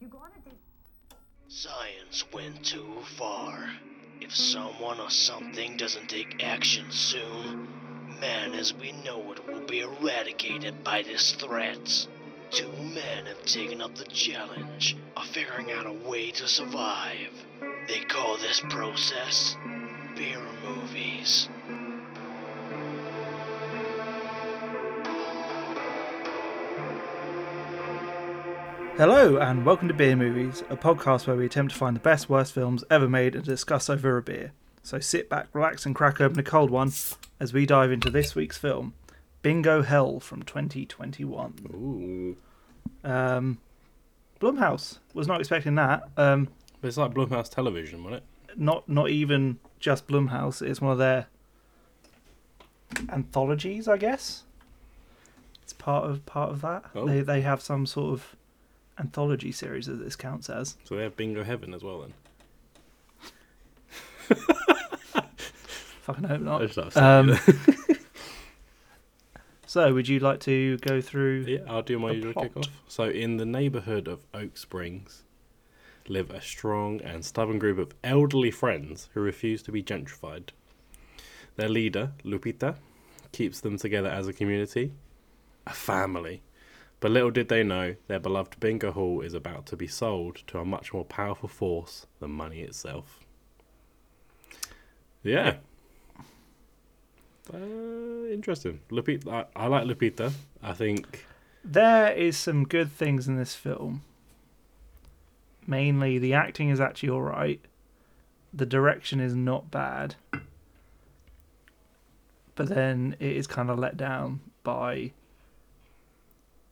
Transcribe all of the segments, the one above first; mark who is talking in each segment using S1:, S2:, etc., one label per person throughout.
S1: You go on a date.
S2: Science went too far. If someone or something doesn't take action soon, man as we know it will be eradicated by this threat. Two men have taken up the challenge of figuring out a way to survive. They call this process beer movies.
S3: Hello, and welcome to Beer Movies, a podcast where we attempt to find the best, worst films ever made and discuss over a beer. So sit back, relax, and crack open a cold one as we dive into this week's film, Bingo Hell from 2021.
S4: Ooh.
S3: Um, Blumhouse was not expecting that. Um,
S4: But it's like Blumhouse Television, wasn't it?
S3: not not even just Blumhouse. It's one of their anthologies, I guess. It's part of part of that.
S4: Oh.
S3: They they have some sort of anthology series that this counts as.
S4: So they have Bingo Heaven as well then.
S3: Fucking hope not.
S4: I just thought I'd say
S3: Um,
S4: that.
S3: so, would you like to go through?
S4: yeah, I'll do my
S3: the
S4: usual
S3: plot.
S4: kickoff. So in the neighborhood of Oak Springs live a strong and stubborn group of elderly friends who refuse to be gentrified. Their leader, Lupita, keeps them together as a community, a family. But little did they know, their beloved bingo hall is about to be sold to a much more powerful force than money itself. Yeah. Uh, interesting. Lupita, I, I like Lupita. I think
S3: There is some good things in this film. Mainly, the acting is actually all right. The direction is not bad. But then it is kind of let down by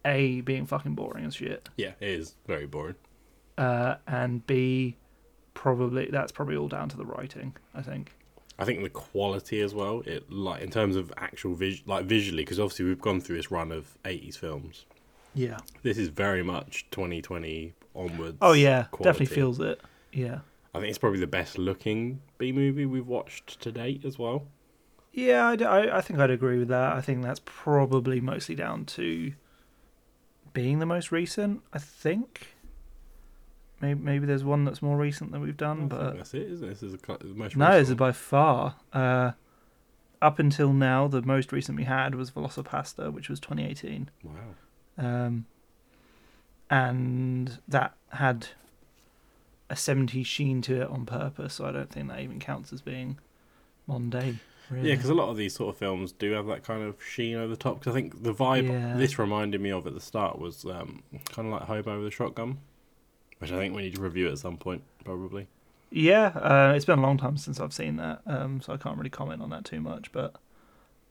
S3: A being fucking boring as shit.
S4: Yeah, it is very boring.
S3: Uh, and B probably that's probably all down to the writing, I think.
S4: I think the quality as well, it like in terms of actual vis- like visually, because obviously we've gone through this run of '80s films.
S3: Yeah.
S4: This is very much 2020 onwards.
S3: Oh yeah,
S4: quality.
S3: definitely feels it. Yeah.
S4: I think it's probably the best looking B movie we've watched to date as well.
S3: Yeah, I'd- I, I think I'd agree with that. I think that's probably mostly down to being the most recent. I think maybe maybe there's one that's more recent that we've
S4: I
S3: done,
S4: think
S3: but
S4: that's it, isn't it? This is the cl- the most
S3: Uh, no, this is
S4: recent
S3: by far. Uh, up until now, the most recent we had was Velocipasta, which was 2018,
S4: one. wow.
S3: um, and that had a 70s sheen to it on purpose. So I don't think that even counts as being Monday. Really.
S4: Yeah, because a lot of these sort of films do have that kind of sheen over the top. Because I think the vibe
S3: Yeah.
S4: this reminded me of at the start was um, kind of like Hobo with a Shotgun, which I think we need to review at some point, probably.
S3: Yeah, uh, it's been a long time since I've seen that, um, so I can't really comment on that too much. But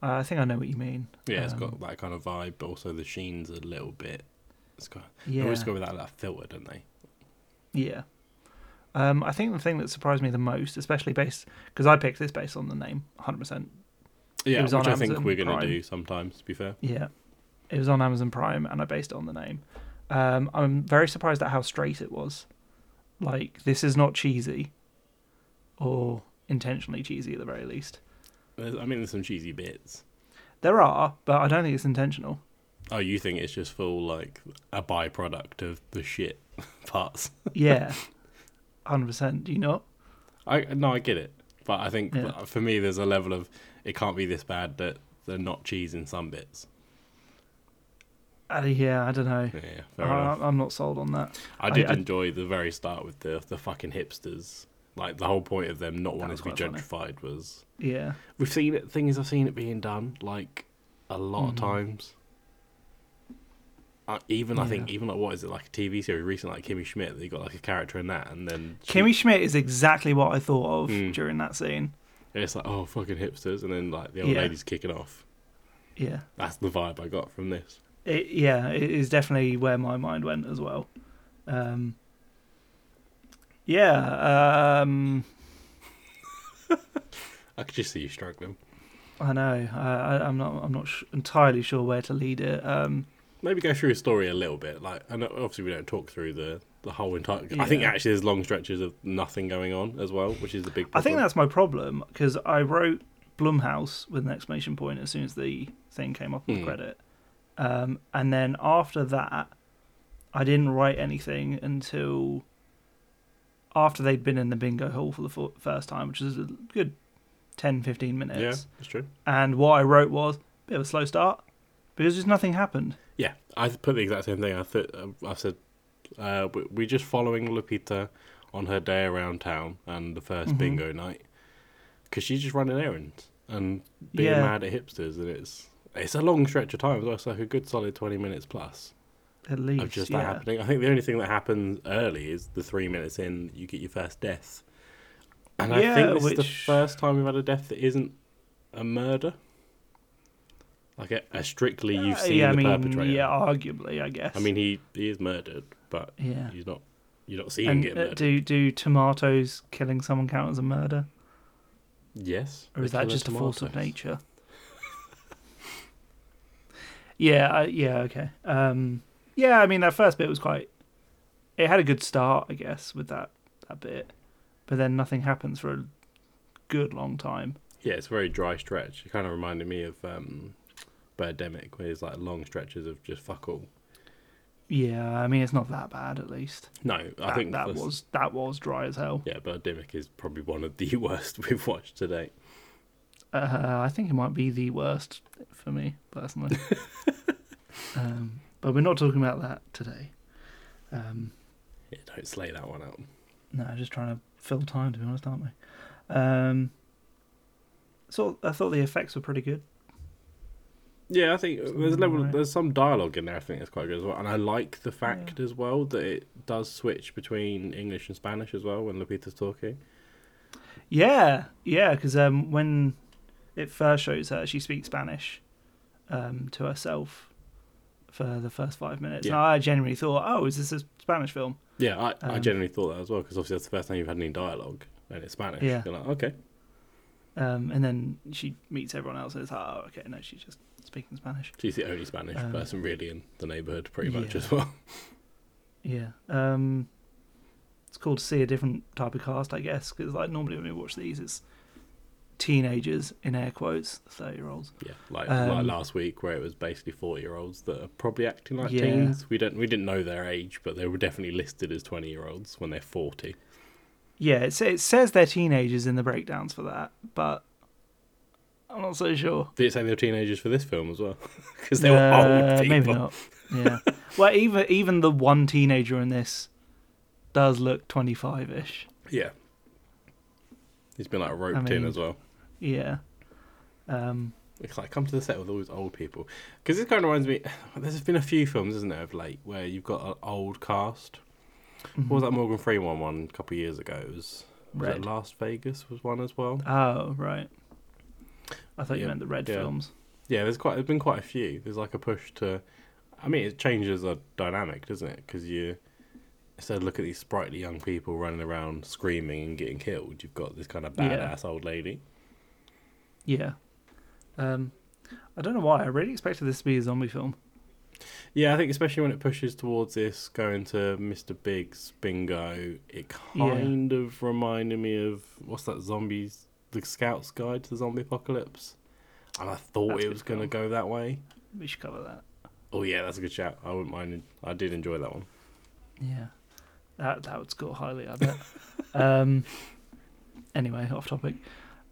S3: uh, I think I know what you mean.
S4: Yeah, it's
S3: Um,
S4: got that kind of vibe, but also the sheen's a little bit. It's got. They
S3: Yeah,
S4: always go with that, that filter, don't they?
S3: yeah. Um, I think the thing that surprised me the most, especially based because I picked this based on the name, hundred percent.
S4: Yeah, which
S3: was on
S4: I think
S3: Amazon
S4: we're gonna
S3: Prime.
S4: do sometimes. To be fair,
S3: Yeah, it was on Amazon Prime, and I based it on the name. Um, I'm very surprised at how straight it was. Like this is not cheesy, or intentionally cheesy at the very least.
S4: There's, I mean, there's some cheesy bits.
S3: There are, but I don't think it's intentional.
S4: Oh, you think it's just full like a byproduct of the shit parts?
S3: Yeah, hundred percent. Do you not?
S4: I no, I get it, but I think
S3: Yeah.
S4: that for me, there's a level of it can't be this bad that they're not cheesing some bits.
S3: Uh, yeah, I don't know.
S4: Yeah, fair
S3: I,
S4: enough.
S3: I'm not sold on that.
S4: I did
S3: Uh, I-
S4: enjoy the very start with the the fucking hipsters. Like the whole point of them not wanting
S3: was
S4: to be
S3: quite
S4: gentrified was
S3: Yeah,
S4: We've seen it. Thing is, I've seen it being done like a lot
S3: Mm.
S4: of times. Uh, even I think,
S3: Yeah.
S4: even like what is it like a TV series recent, like Kimmy Schmidt, they got like a character in that, and then she-
S3: Kimmy Schmidt is exactly what I thought of
S4: Mm.
S3: during that scene.
S4: and it's like oh fucking hipsters, and then like the old
S3: Yeah.
S4: lady's kicking off.
S3: Yeah,
S4: That's the vibe I got from this.
S3: it, yeah, it is definitely where my mind went as well. Um, yeah, um,
S4: I could just see you struggling.
S3: I know. I, I, I'm not. I'm not sh- entirely sure where to lead it. Um,
S4: Maybe go through his story a little bit, like and obviously we don't talk through the the whole entire. I think
S3: Yeah.
S4: actually there's long stretches of nothing going on as well, which is the big.
S3: I
S4: Problem.
S3: think that's my problem because I wrote Blumhouse with an exclamation point as soon as the thing came up on
S4: Hmm.
S3: the credit, um, and then after that, I didn't write anything until after they'd been in the bingo hall for the fir- first time, which was a good 10, 15 minutes.
S4: Yeah, that's true.
S3: And what I wrote was a bit of a slow start because just nothing happened.
S4: Yeah, I put the exact same thing. I th- I said uh, we- we're just following Lupita on her day around town and the 1st
S3: Mhm.
S4: bingo night because she's just running errands and being
S3: Yeah.
S4: mad at hipsters, and it's it's a long stretch of time. as well, It's like a good solid twenty minutes plus
S3: At least.
S4: of just
S3: yeah.
S4: that happening. I think the only thing that happens early is the three minutes in you get your first death, and I
S3: Yeah,
S4: think this is the
S3: which-
S4: first time we've had a death that isn't a murder. Like a, a strictly you've
S3: Uh,
S4: seen
S3: yeah,
S4: the
S3: I mean,
S4: perpetrator.
S3: Yeah, arguably, I guess.
S4: I mean, he, he is murdered, but
S3: yeah.
S4: he's not. You're not seeing
S3: And
S4: it
S3: uh,
S4: murdered.
S3: do do tomatoes killing someone count as a murder,
S4: yes.
S3: or
S4: the
S3: is that
S4: killer
S3: just a force of
S4: tomatoes.
S3: nature? yeah, I, yeah, okay. Um, yeah, I mean that first bit was quite. It had a good start, I guess, with that that bit, but then nothing happens for a good long time.
S4: Yeah, it's a very dry stretch. It kind of reminded me of um, Birdemic, where it's like long stretches of just fuck all.
S3: Yeah, I mean it's not that bad at least.
S4: No, I
S3: that,
S4: think
S3: that
S4: first-
S3: was that was dry as hell.
S4: Yeah, Birdemic is probably one of the worst we've watched to date.
S3: Uh, I think it might be the worst for me personally. um, but we're not talking about that today. Um,
S4: Yeah, don't slay that one out.
S3: no, just trying to fill time to be honest, aren't we? Um, so I thought the effects were pretty good.
S4: Yeah, I think there's a
S3: Something
S4: level,
S3: alright.
S4: there's some dialogue in there. I think that's quite good as well, and I like the fact as well that it does switch between English and Spanish as well when Lupita's talking.
S3: Yeah, yeah, because um, when it first shows her, she speaks Spanish um, to herself for the first five minutes, and
S4: Yeah.
S3: I genuinely thought, oh, is this a Spanish film?
S4: Yeah, I, I
S3: Um,
S4: generally thought that as well because obviously that's the first time you've had any dialogue and it's Spanish.
S3: Yeah.
S4: You're like, okay,
S3: Um, and then she meets everyone else, and it's like, oh, okay, no, she's just speaking Spanish.
S4: she's the only Spanish
S3: Um,
S4: person really in the neighborhood, pretty much
S3: yeah.
S4: as well.
S3: Yeah. Um, it's cool to see a different type of cast, I guess, because like normally when we watch these, it's teenagers in air quotes, thirty-year-olds.
S4: Yeah, like like
S3: Um,
S4: last week where it was basically forty year olds that are probably acting like
S3: Yeah.
S4: teens. We don't we didn't know their age, but they were definitely listed as twenty year olds when they're forty.
S3: Yeah, it, sa- it says they're teenagers in the breakdowns for that, but I'm not so sure.
S4: Did it say they were teenagers for this film as well? Because they were
S3: Uh,
S4: old people.
S3: Maybe not. Yeah. well, even even the one teenager in this does look twenty-five-ish.
S4: Yeah, he's been like roped in
S3: mean-
S4: as well.
S3: Yeah. Um,
S4: It's like come to the set with all these old people because this kind of reminds me. There's been a few films, isn't there, of late where you've got an old cast. What was that Morgan Freeman one a couple of years ago? It was, was it
S3: Mm-hmm. Red.
S4: Las Vegas was one as well.
S3: Oh right. I thought you
S4: Yeah,
S3: meant the red
S4: yeah.
S3: films.
S4: Yeah, there's quite there's been quite a few. There's like a push to, I mean, it changes the dynamic, doesn't it? Because you instead of look at these sprightly young people running around screaming and getting killed, you've got this kind of
S3: Yeah.
S4: badass old lady.
S3: Yeah. Um, I don't know why. I really expected this to be a zombie film.
S4: Yeah, I think especially when it pushes towards this going to Mr. Big's bingo, it
S3: Yeah.
S4: kind of reminded me of what's that zombies the Scout's Guide to the Zombie Apocalypse, and I thought
S3: That's a
S4: it
S3: good
S4: was going to
S3: film.
S4: go that way.
S3: We should cover that.
S4: Oh yeah, that's a good shout. I wouldn't mind. I did enjoy that one.
S3: Yeah. That that would score highly, I bet. um, anyway, off topic.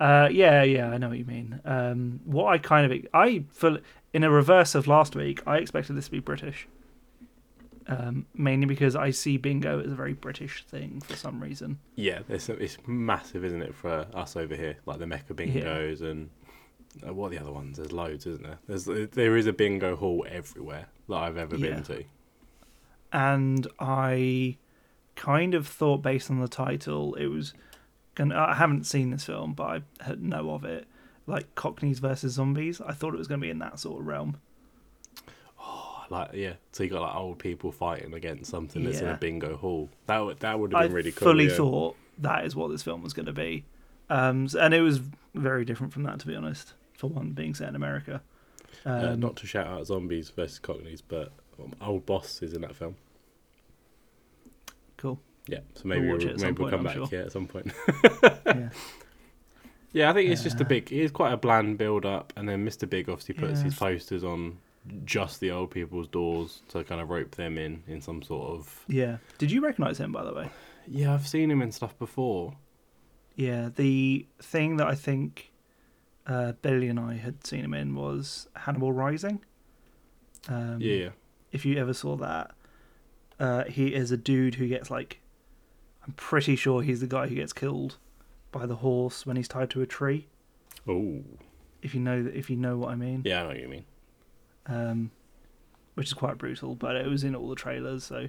S3: Uh, yeah, yeah, I know what you mean. Um, what I kind of I full in a reverse of last week, I expected this to be British. Um, mainly because I see bingo as a very British thing for some reason.
S4: Yeah, it's it's massive, isn't it, for us over here? Like the Mecca bingos and uh, what are the other ones? There's loads, isn't there? There's there is a bingo hall everywhere that I've ever
S3: Yeah.
S4: been to.
S3: and I kind of thought based on the title it was gonna I haven't seen this film but I had- know of it like cockneys versus zombies I thought it was gonna be in that sort of realm
S4: Oh, Like yeah, so you got like old people fighting against something that's in a
S3: Yeah.
S4: bingo hall. That would that would have been
S3: I
S4: really cool.
S3: fully
S4: yeah.
S3: thought that is what this film was gonna be um s- and it was very different from that to be honest for one being set in America um,
S4: uh, not to shout out zombies versus cockneys, but um, old boss is in that film.
S3: cool
S4: Yeah, so maybe
S3: watch
S4: we'll,
S3: it at some
S4: maybe we'll
S3: point,
S4: come
S3: I'm
S4: back
S3: sure.
S4: yeah at some point.
S3: yeah
S4: Yeah, I think it's just a
S3: Uh,
S4: big. It's quite a bland build up, and then Mr. Big obviously puts
S3: yeah.
S4: his posters on just the old people's doors to kind of rope them in in some sort of.
S3: Yeah. Did you recognise him, by the way?
S4: Yeah, I've seen him in stuff before.
S3: Yeah. The thing that I think uh, Billy and I had seen him in was Hannibal Rising. Um,
S4: yeah,
S3: If you ever saw that, uh, he is a dude who gets like, I'm pretty sure he's the guy who gets killed by the horse when he's tied to a tree.
S4: Oh,
S3: If you know if you know what I mean.
S4: yeah, I know what you mean.
S3: um, which is quite brutal. But it was in all the trailers, so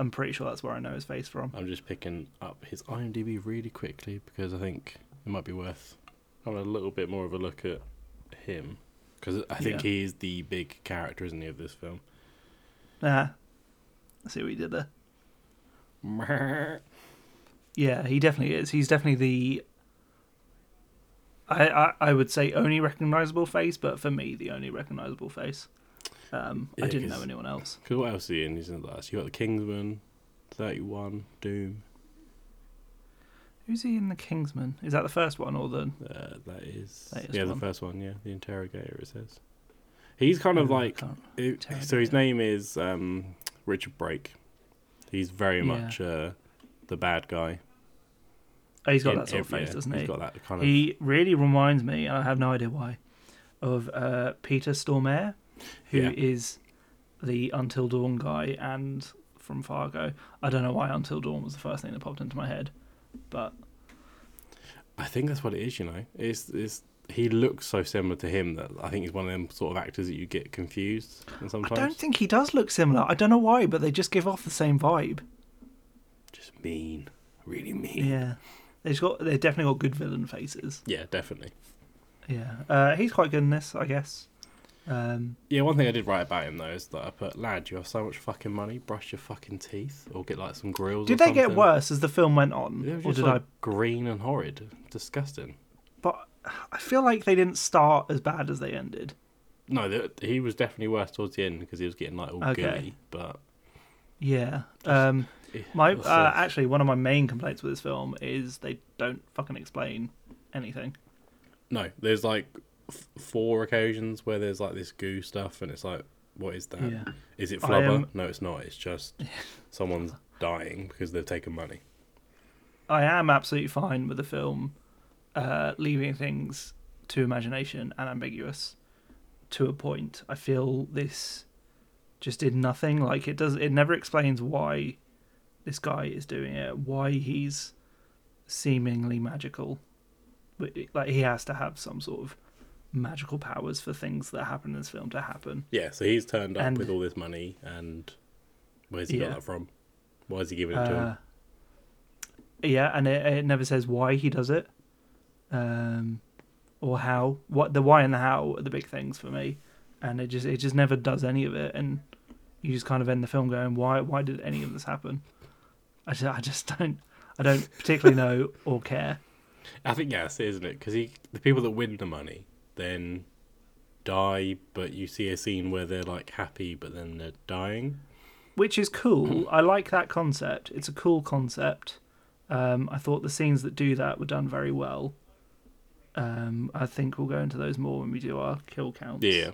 S3: I'm pretty sure that's where I know his face from.
S4: I'm just picking up his IMDb really quickly because I think it might be worth having a little bit more of a look at him because I think
S3: Yeah.
S4: he is the big character, isn't he, of this film?
S3: Ah, I see what he did there.
S4: yeah,
S3: Yeah, he definitely is. He's definitely the. I, I, I would say only recognizable face, but for me, the only recognizable face. Um,
S4: Yeah,
S3: I didn't know
S4: 'cause-
S3: anyone else.
S4: Because what else is he in? He's in that. So you got the Kingsman, Thirty One, Doom.
S3: Who's he in The Kingsman? Is that the first one or the.
S4: Uh, that is
S3: That is
S4: yeah,
S3: one.
S4: the first one. Yeah, the interrogator. It says he's kind of
S3: Oh, I
S4: like
S3: can't-
S4: it- so.
S3: interrogator.
S4: His name is um, Richard Brake. He's very
S3: Yeah.
S4: much uh, the bad guy.
S3: Oh, he's got
S4: in
S3: that sort of
S4: every-
S3: face, doesn't he?
S4: He's got that kind of.
S3: He really reminds me, and I have no idea why, of uh, Peter Stormare, who is
S4: Yeah.
S3: the Until Dawn guy and from Fargo. I don't know why Until Dawn was the first thing that popped into my head, but
S4: I think that's what it is. You know, it's it's. He looks so similar to him that I think he's one of them sort of actors that you get confused. And sometimes
S3: I don't think he does look similar. I don't know why, but they just give off the same vibe.
S4: just mean, really mean.
S3: Yeah, they've got they've definitely got good villain faces.
S4: yeah, definitely.
S3: Yeah, uh, he's quite good in this, I guess. Um,
S4: Yeah, one thing I did write about him though is that I put, lad, you have so much fucking money, brush your fucking teeth, or get like some grills.
S3: did
S4: or
S3: they get
S4: something."
S3: worse as the film went on,
S4: They were
S3: or
S4: just
S3: did
S4: like
S3: I?
S4: green and horrid, disgusting.
S3: But I feel like they didn't start as bad as they ended.
S4: No, th he was definitely worse towards the end because he was getting like all
S3: Okay.
S4: gooey. But
S3: Yeah. Um,
S4: eh,
S3: my
S4: ugh,
S3: uh, actually, one of my main complaints with this film is they don't fucking explain anything.
S4: no, there's like f- four occasions where there's like this goo stuff, and it's like, what is that? Is
S3: Yeah.
S4: it
S3: I
S4: flubber?
S3: am-
S4: No, it's not. It's just someone's dying because they've taken money.
S3: I am absolutely fine with the film uh, leaving things to imagination and ambiguous to a point. I feel this just did nothing. Like it does. It never explains why this guy is doing it. Why he's seemingly magical. But, Like he has to have some sort of magical powers for things that happen in this film to happen.
S4: Yeah, so he's turned up
S3: And-
S4: with all this money, and where's he
S3: Yeah.
S4: got that from? Why is he giving it to
S3: Uh,
S4: him?
S3: yeah, and it, it never says why he does it, um, or how. What the why and the how are the big things for me, and it just it just never does any of it, and you just kind of end the film going, why why did any of this happen? I just, I just don't I don't particularly know or care.
S4: I think yes, isn't it? Because the people that win the money then die, but you see a scene where they're like happy, but then they're dying.
S3: which is cool. I like that concept. It's a cool concept. Um, I thought the scenes that do that were done very well. Um, I think we'll go into those more when we do our kill counts.
S4: Yeah,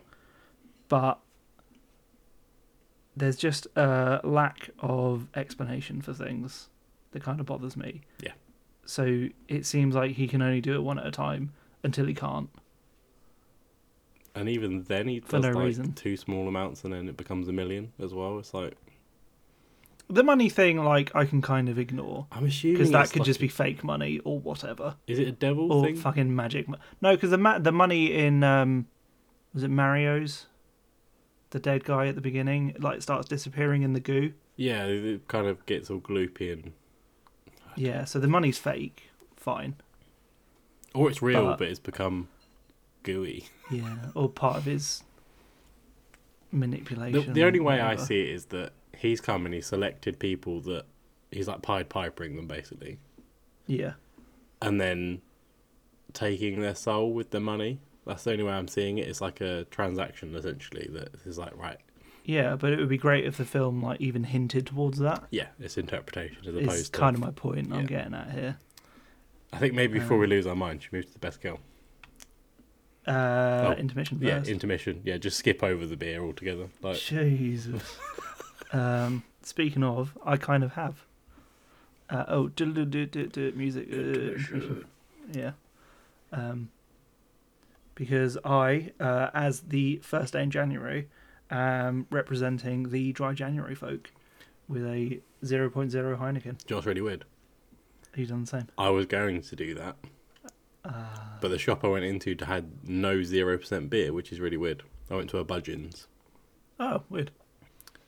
S3: But there's just a lack of explanation for things that kind of bothers me.
S4: Yeah.
S3: So it seems like he can only do it one at a time until he can't.
S4: and even then he does
S3: For no
S4: like
S3: reason.
S4: two small amounts, and then it becomes a million as well. It's like
S3: The money thing, like, I can kind of ignore
S4: I'm assuming
S3: because that
S4: it's
S3: could
S4: like
S3: just
S4: a-
S3: be Oh, fake money or whatever.
S4: Is it a devil
S3: or
S4: thing?
S3: fucking magic. Mo- No, because the ma- the money in um, was it Mario's, the dead guy at the beginning, like starts disappearing in the goo.
S4: Yeah, it it kind of gets all gloopy and,
S3: Yeah, so the money's fake. Fine.
S4: or it's real,
S3: But-
S4: but it's become gooey.
S3: Yeah, or part of his
S4: The,
S3: manipulation.
S4: the only way I
S3: whatever.
S4: see it is that he's come and he selected people that he's like Pied Pipering them basically,
S3: Yeah,
S4: and then taking their soul with the money. That's the only way I'm seeing it. It's like a transaction essentially that is like right,
S3: yeah, but it would be great if the film like even hinted towards that.
S4: yeah, it's interpretation as opposed
S3: Is
S4: to.
S3: kind of my point I'm
S4: yeah.
S3: getting at here. um,
S4: I think maybe before we lose our mind, she moves to the best girl.
S3: Uh,
S4: Oh,
S3: intermission
S4: Yeah,
S3: first.
S4: intermission. Yeah, just skip over the beer altogether. Like,
S3: Jesus. um, speaking of, I kind of have. Uh, oh, do do do do do music. Uh, yeah. Um, because I, uh, as the first day in January, am representing the dry January folk with a 0.0 Heineken.
S4: Josh, really weird.
S3: Have you done the same?
S4: I was going to do that,
S3: Uh,
S4: but the shop I went into had no zero percent beer, which is really weird. I went to a Budgeons.
S3: Oh, weird.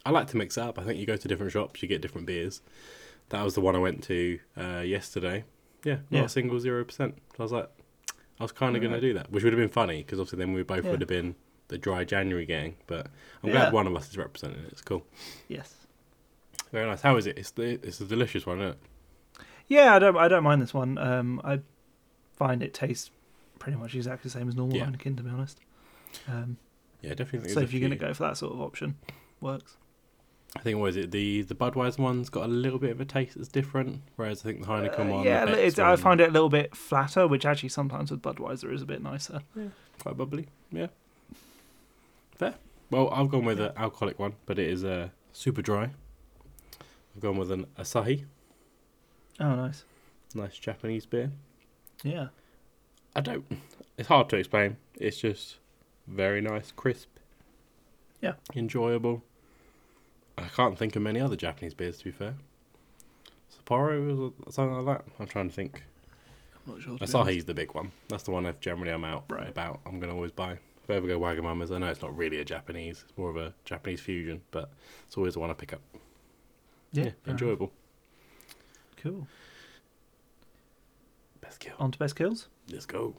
S4: I like to mix it up. I think you go to different shops, you get different beers. That was the one I went to uh, yesterday. Yeah, not
S3: Yeah.
S4: a single zero percent. I was like, I was kind of going to do that, which would have been funny because obviously then we both
S3: Yeah.
S4: would have been the dry January gang. But I'm
S3: Yeah.
S4: glad one of us is representing it. It's cool.
S3: Yes.
S4: Very nice. How is it? It's the, it's a delicious one, isn't it?
S3: Yeah, I don't. I don't mind this one. Um, I find it tastes pretty much exactly the same as normal
S4: Yeah.
S3: Heineken, to be honest. Um,
S4: Yeah, definitely.
S3: so if you're going to go for that sort of option, works.
S4: I think what is it the the Budweiser one's got a little bit of a taste that's different, whereas I think the Heineken
S3: Uh,
S4: one,
S3: yeah,
S4: the
S3: it's,
S4: Beck's
S3: I
S4: one,
S3: find it a little bit flatter, which actually sometimes with Budweiser is a bit nicer.
S4: quite bubbly. Yeah, fair. Well, I've gone with an alcoholic one, but it is uh, super dry. I've gone with an Asahi,
S3: Oh, nice.
S4: nice Japanese beer.
S3: Yeah.
S4: I don't. It's hard to explain. It's just very nice, crisp.
S3: Yeah.
S4: Enjoyable. I can't think of many other Japanese beers to be fair. Sapporo or something like that. I'm trying to think.
S3: I'm not sure. to be honest.
S4: Asahi's the big one. That's the one I've generally I'm out
S3: Right.
S4: about. I'm gonna always buy. If I ever go Wagamama's, I know it's not really a Japanese. It's more of a Japanese fusion, but it's always the one I pick up.
S3: Yeah. fair enough.
S4: enjoyable.
S3: Cool.
S4: Best kill.
S3: On to best kills.
S4: Let's go.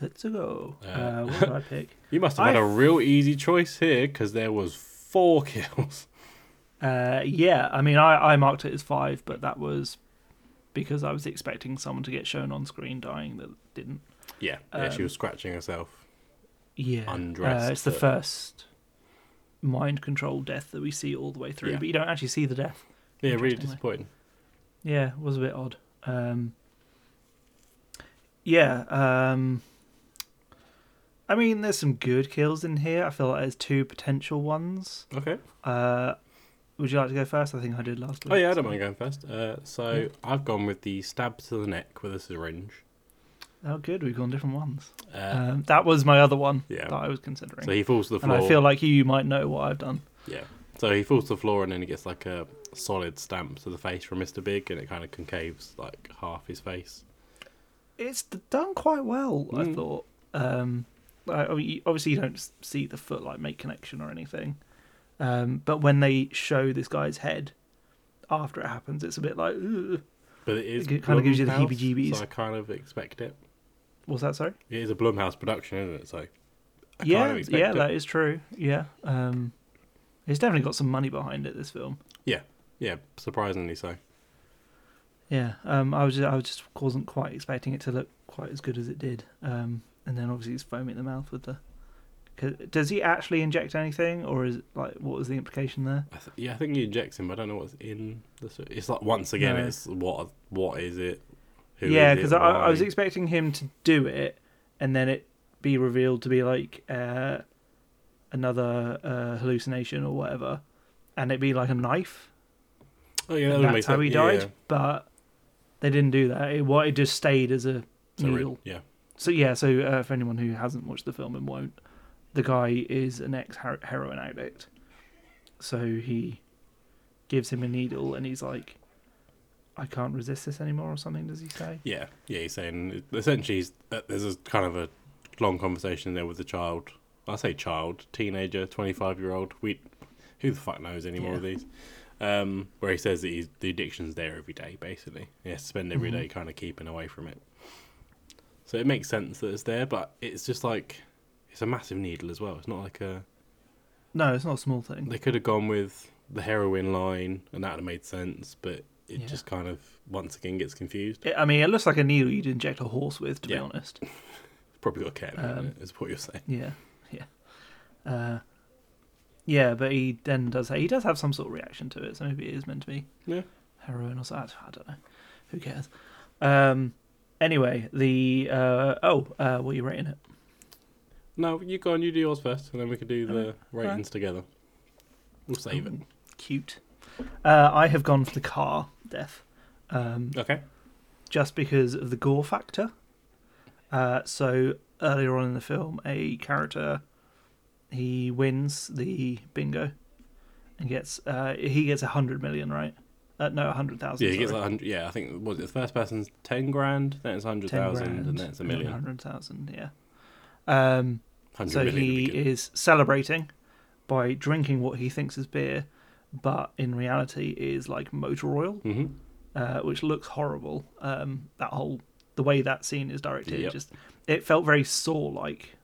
S3: Let's go. Uh,
S4: Uh,
S3: what did I pick?
S4: You must have
S3: I-
S4: had a real easy choice here because there was four kills.
S3: Uh, yeah, I mean, I, I marked it as five, but that was because I was expecting someone to get shown on screen dying that didn't.
S4: Yeah, yeah. she
S3: Um,
S4: was scratching herself.
S3: Yeah,
S4: undressed,
S3: Uh, it's the
S4: but-
S3: first mind control death that we see all the way through,
S4: Yeah.
S3: but you don't actually see the death.
S4: Yeah, really
S3: Interestingly.
S4: disappointing.
S3: Yeah, it was a bit odd. Um, yeah, um, I mean, there's some good kills in here. I feel like there's two potential ones.
S4: Okay.
S3: Uh, would you like to go first? I think I did last week.
S4: Oh yeah, I don't
S3: so-
S4: mind going first. Uh, so I've gone with the stab to the neck with a syringe.
S3: Oh, good. We've gone different ones.
S4: Uh,
S3: Um, that was my other one
S4: Yeah.
S3: that I was considering.
S4: so he falls to the
S3: and
S4: floor.
S3: I feel like you might know what I've done.
S4: Yeah. So he falls to the floor and then he gets like a solid stamp to the face from Mr. Big and it kind of concaves like half his face.
S3: It's d- done quite well, I
S4: Mm.
S3: thought. Um, I- I mean, you- obviously, you don't s- see the foot like make connection or anything. Um, but when they show this guy's head after it happens, it's a bit like, "Ugh."
S4: But it is.
S3: It kinda gives you the
S4: Blumhouse,
S3: heebie-jeebies.
S4: So I kind of expect it.
S3: what's that? Sorry.
S4: It is a Blumhouse production, isn't it? So I
S3: yeah,
S4: kind of expect
S3: yeah,
S4: it.
S3: that is true. Yeah, um, it's definitely got some money behind it. This film.
S4: Yeah. Yeah, surprisingly so.
S3: Yeah, um, I was just, I was just wasn't quite expecting it to look quite as good as it did. Um, and then obviously he's foaming at the mouth with the. 'cause- Does he actually inject anything, or is it like what was the implication there?
S4: I th- yeah, I think he injects him, but I don't know what's in the. s- It's like, once again,
S3: No.
S4: it's what What is it? Who is
S3: yeah,
S4: it?
S3: because I, I was
S4: Why?
S3: expecting him to do it, and then it be revealed to be like uh, another uh, hallucination or whatever, and it be like a knife.
S4: Oh, yeah, that
S3: and
S4: would
S3: that's
S4: make
S3: how
S4: sense.
S3: he
S4: Yeah,
S3: died, but they didn't do that. It, what it just stayed as a
S4: Yeah. So re-
S3: needle.
S4: yeah.
S3: So yeah, so uh, for anyone who hasn't watched the film and won't, the guy is an ex heroin addict. So he gives him a needle, and he's like, "I can't resist this anymore," or something. Does he say?
S4: Yeah, yeah, he's saying essentially he's, uh, there's a kind of a long conversation there with the child. I say child, teenager, twenty-five year old. We, who the fuck knows anymore of these? Um, where he says that he's, the addiction's there every day, basically. He has to spend every
S3: Mm-hmm.
S4: day kind of keeping away from it. So it makes sense that it's there, but it's just like it's a massive needle as well. It's not like a
S3: No, it's not a small thing.
S4: they could have gone with the heroin line, and that would have made sense, but it
S3: Yeah.
S4: just kind of once again gets confused.
S3: It- I mean, it looks like a needle you'd inject a horse with, to be
S4: Yeah.
S3: honest.
S4: Probably got a cat in
S3: Um,
S4: it, is what you're saying.
S3: Yeah, yeah, uh, yeah. But he then does he does have some sort of reaction to it, so maybe it is meant to be
S4: Yeah.
S3: heroin or something. I don't know. Who cares? Um, anyway, the uh, oh, uh, what are you rating it?
S4: No, you go on, you do yours first, and then we can do the
S3: right.
S4: ratings together. We'll save it.
S3: Cute. Uh, I have gone for the car death, um,
S4: Okay.
S3: just because of the gore factor. Uh, so earlier on in the film, a character he wins the bingo and gets uh, he gets a hundred million, right? Uh, no, a hundred thousand.
S4: Yeah, he gets
S3: sorry.
S4: like hundred. Yeah, I think what was it the first person's ten grand, then it's hundred
S3: 10
S4: thousand, and
S3: grand,
S4: then it's a
S3: and then
S4: million.
S3: 100,000, yeah. Um,
S4: Hundred
S3: so
S4: million. would be
S3: he
S4: good.
S3: is celebrating by drinking what he thinks is beer, but in reality is like motor oil,
S4: Mhm.
S3: uh, which looks horrible. Um, that whole the way that scene is directed, it
S4: Yep.
S3: just it felt very Saw like.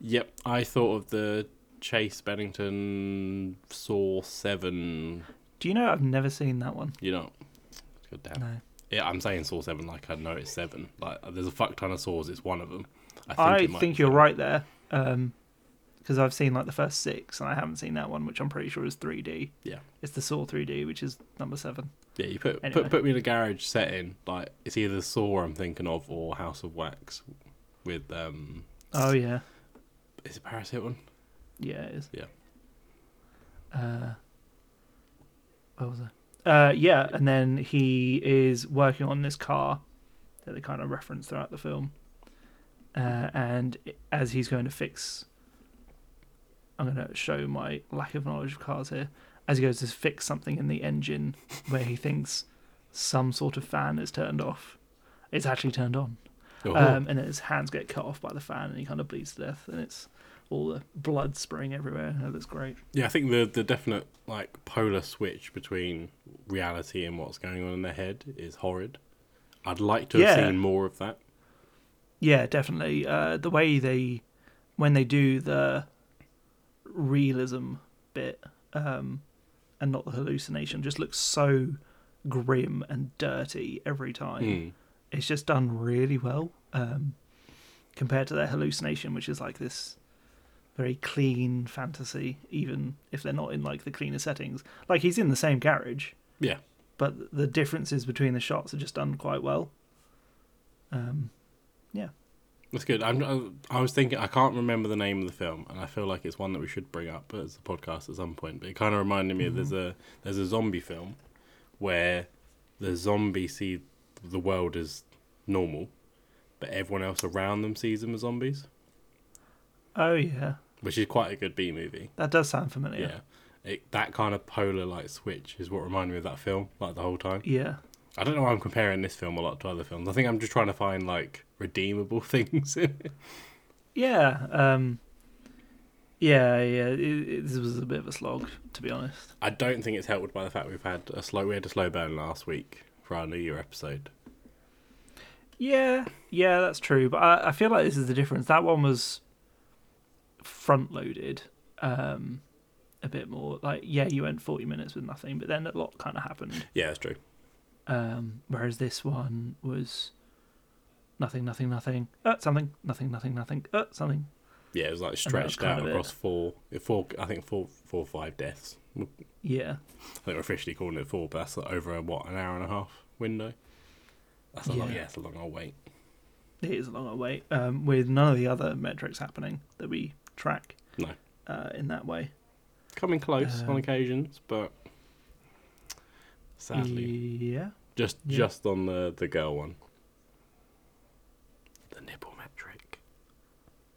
S4: Yep, I thought of the Chase Bennington Saw Seven.
S3: Do you know I've never seen that one?
S4: You know, God damn.
S3: No.
S4: Yeah, I'm saying Saw Seven like I know it's seven. Like there's a fuck ton of saws. It's one of them.
S3: I
S4: it
S3: think,
S4: might be
S3: you're
S4: seven.
S3: right there, because I've seen like the first six, and I haven't seen that one, which I'm pretty sure is 3D.
S4: Yeah.
S3: It's the Saw 3D, which is number seven.
S4: Yeah, you put
S3: Anyway.
S4: put put me in a garage setting. Like it's either Saw I'm thinking of or House of Wax, with um,
S3: Oh yeah,
S4: is it Paris Hilton?
S3: Yeah, it is.
S4: Yeah.
S3: Uh, where was I? Uh, yeah, and then he is working on this car that they kind of reference throughout the film. Uh, and as he's going to fix, I'm going to show my lack of knowledge of cars here. As he goes to fix something in the engine where he thinks some sort of fan is turned off, it's actually turned on.
S4: Oh,
S3: Um, and then his hands get cut off by the fan, and he kind of bleeds to death, and it's all the blood spraying everywhere. and It looks great.
S4: Yeah, I think the the definite like polar switch between reality and what's going on in their head is horrid. I'd like to have
S3: Yeah.
S4: seen more of that.
S3: Yeah, definitely. Uh, the way they, when they do the realism bit, um, and not the hallucination, just looks so grim and dirty every time.
S4: Mm.
S3: It's just done really well um, compared to their hallucination, which is like this very clean fantasy, even if they're not in like the cleaner settings. Like he's in the same garage,
S4: Yeah,
S3: but the differences between the shots are just done quite well. Um, yeah.
S4: that's good. I'm, I, I was thinking I can't remember the name of the film, and I feel like it's one that we should bring up as a podcast at some point. But it kind of reminded me of there's a there's a zombie film where the zombie see the world as normal, but everyone else around them sees them as zombies,
S3: Oh yeah,
S4: which is quite a good B movie.
S3: that does sound
S4: yeah.
S3: familiar.
S4: It, that kind of polar like switch is what reminded me of that film like the whole time.
S3: Yeah.
S4: I don't know why I'm comparing this film a lot to other films. I think I'm just trying to find like redeemable things. in it.
S3: Yeah. Yeah. Um, yeah. Yeah. It, it, this was a bit of a slog, to be honest.
S4: I don't think it's helped by the fact we've had a slow we had a slow burn last week for our New Year episode.
S3: Yeah. Yeah, that's true. But I, I feel like this is the difference. That one was front loaded. Um, a bit more like yeah, you went forty minutes with nothing, but then a lot kind of happened.
S4: Yeah, that's true.
S3: Um, whereas this one was nothing, nothing, nothing, uh, something, nothing, nothing, nothing, uh, something.
S4: Yeah, it was like stretched
S3: kind
S4: out
S3: of it.
S4: across four four I think four four or five deaths. I
S3: Yeah,
S4: think we're officially calling it four, but that's over what, an hour and a half window? That's a long
S3: Yeah.
S4: yeah, it's a long old wait.
S3: it is a long way. Um, with none of the other metrics happening that we track
S4: No.
S3: uh, in that way.
S4: Coming close
S3: Um,
S4: on occasions, but sadly.
S3: Yeah.
S4: Just
S3: Yeah.
S4: just on the the girl one. The nipple metric.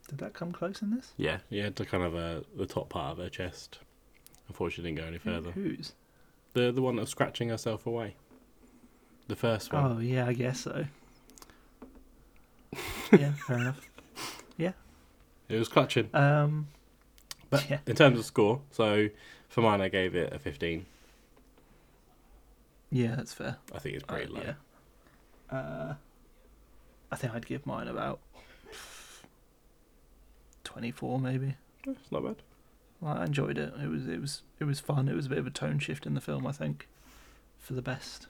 S3: Did that come close in this?
S4: Yeah, yeah, to kind of uh, the top part of her chest. Unfortunately, didn't go any
S3: Who-
S4: further.
S3: Who's?
S4: The the one that was scratching herself away. The first one.
S3: Oh yeah, I guess so. yeah, fair enough.
S4: It was clutching.
S3: Um,
S4: But
S3: yeah.
S4: in terms of score, so for mine, I gave it a fifteen.
S3: yeah, that's fair.
S4: I think it's
S3: Uh,
S4: pretty low.
S3: yeah. Uh, I think I'd give mine about twenty-four, maybe.
S4: It's not bad.
S3: Well, I enjoyed it. It was it was it was fun. It was a bit of a tone shift in the film, I think, for the best.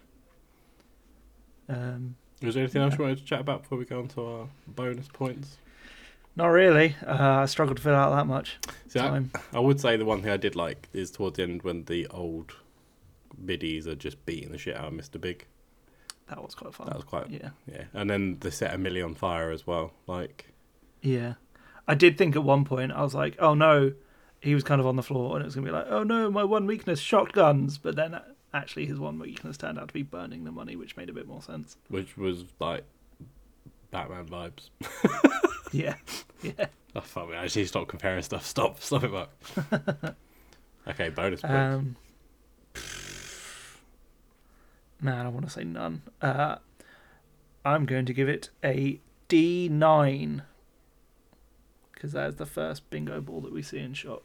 S3: Um,
S4: Was there anything else
S3: Yeah.
S4: you wanted to chat about before we go on to our bonus points?
S3: not really. Uh, I struggled to fill out that much
S4: See, I,
S3: time.
S4: I would say the one thing I did like is towards the end when the old biddies are just beating the shit out of Mr. Big.
S3: That was quite fun.
S4: That was quite
S3: yeah,
S4: Yeah, and then they set Amelie on fire as well. Like,
S3: yeah. I did think at one point I was like, oh no, he was kind of on the floor, and it was gonna be like, oh no, my one weakness, shotguns. But then uh, actually, his one weakness turned out to be burning the money, which made a bit more sense.
S4: which was like Batman vibes.
S3: Yeah, yeah.
S4: Oh, fuck me. I just need to stop comparing stuff. Stop. Stop it, Mark. okay, bonus points.
S3: Um, man, I want to say none. Uh, I'm going to give it a D9 because that is the first bingo ball that we see in shot.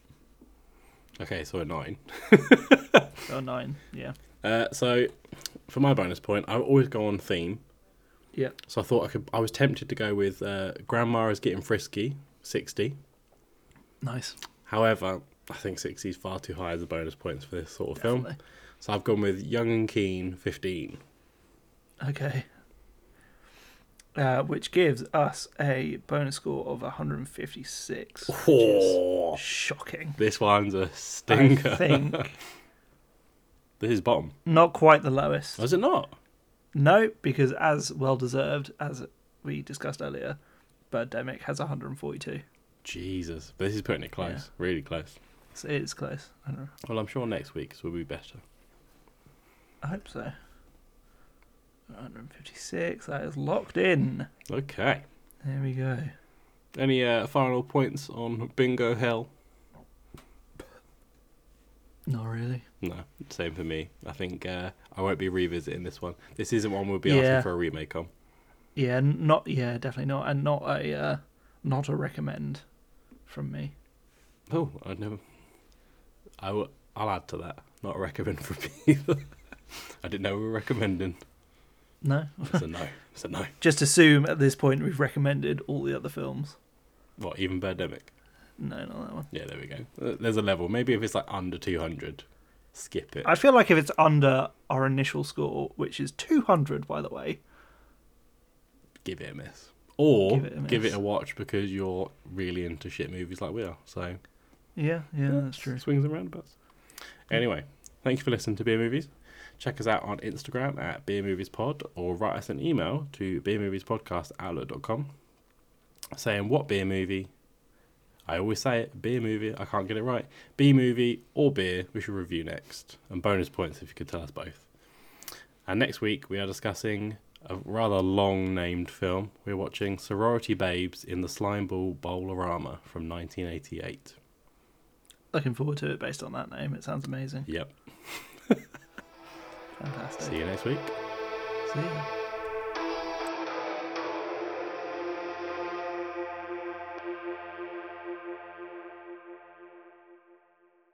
S4: okay, so a nine.
S3: Oh, nine. Yeah.
S4: Uh, so for my bonus point, I always go on theme.
S3: Yeah.
S4: So I thought I could. I was tempted to go with uh, Grandma is getting frisky, sixty.
S3: Nice.
S4: However, I think sixty is far too high as a bonus points for this sort of film.
S3: Definitely.
S4: So I've gone with Young and Keen, fifteen.
S3: Okay. Uh, which gives us a bonus score of 156. Which is
S4: Oh,
S3: shocking.
S4: this one's a
S3: I
S4: stinker.
S3: think
S4: this is bottom.
S3: not quite the lowest.
S4: Was it not?
S3: No, because as well deserved as we discussed earlier, Birdemic has 142.
S4: Jesus, this is putting it close.
S3: Yeah.
S4: Really close.
S3: So it is close. I don't know.
S4: Well, I'm sure next week's will be better.
S3: I hope so. 156. That is locked in.
S4: Okay.
S3: There we go.
S4: Any uh, final points on Bingo Hell?
S3: Not really.
S4: No, same for me. I think uh, I won't be revisiting this one. This isn't one we'll be
S3: Yeah.
S4: asking for a remake on.
S3: Yeah, n- not. Yeah, definitely not. And not a, uh, not a recommend from me.
S4: Oh, I never. I will. I'll add to that. Not a recommend for me either. I didn't know we were recommending.
S3: No.
S4: It's a no. It's a no.
S3: Just assume at this point we've recommended all the other films.
S4: What? Even Birdemic?
S3: No, not that one.
S4: Yeah, there we go. Uh, There's a level. Maybe if it's like under 200, skip it.
S3: I feel like if it's under our initial score, which is 200, by the way,
S4: give it a miss. Or
S3: Give it a miss.
S4: watch because you're really into shit movies like we are. So
S3: Yeah, yeah, that's true.
S4: swings and roundabouts. Anyway, thank you for listening to Beer Movies. Check us out on Instagram at Beer Movies Pod or write us an email to beermoviespodcast outlook.com saying what beer movie. I always say it, beer movie, I can't get it right. B movie or beer we should review next. And bonus points if you could tell us both. And next week we are discussing a rather long named film. We're watching Sorority Babes in the Slime Ball Bowlerama from 1988.
S3: Looking forward to it based on that name. It sounds amazing.
S4: Yep.
S3: Fantastic.
S4: See you next week.
S3: See ya.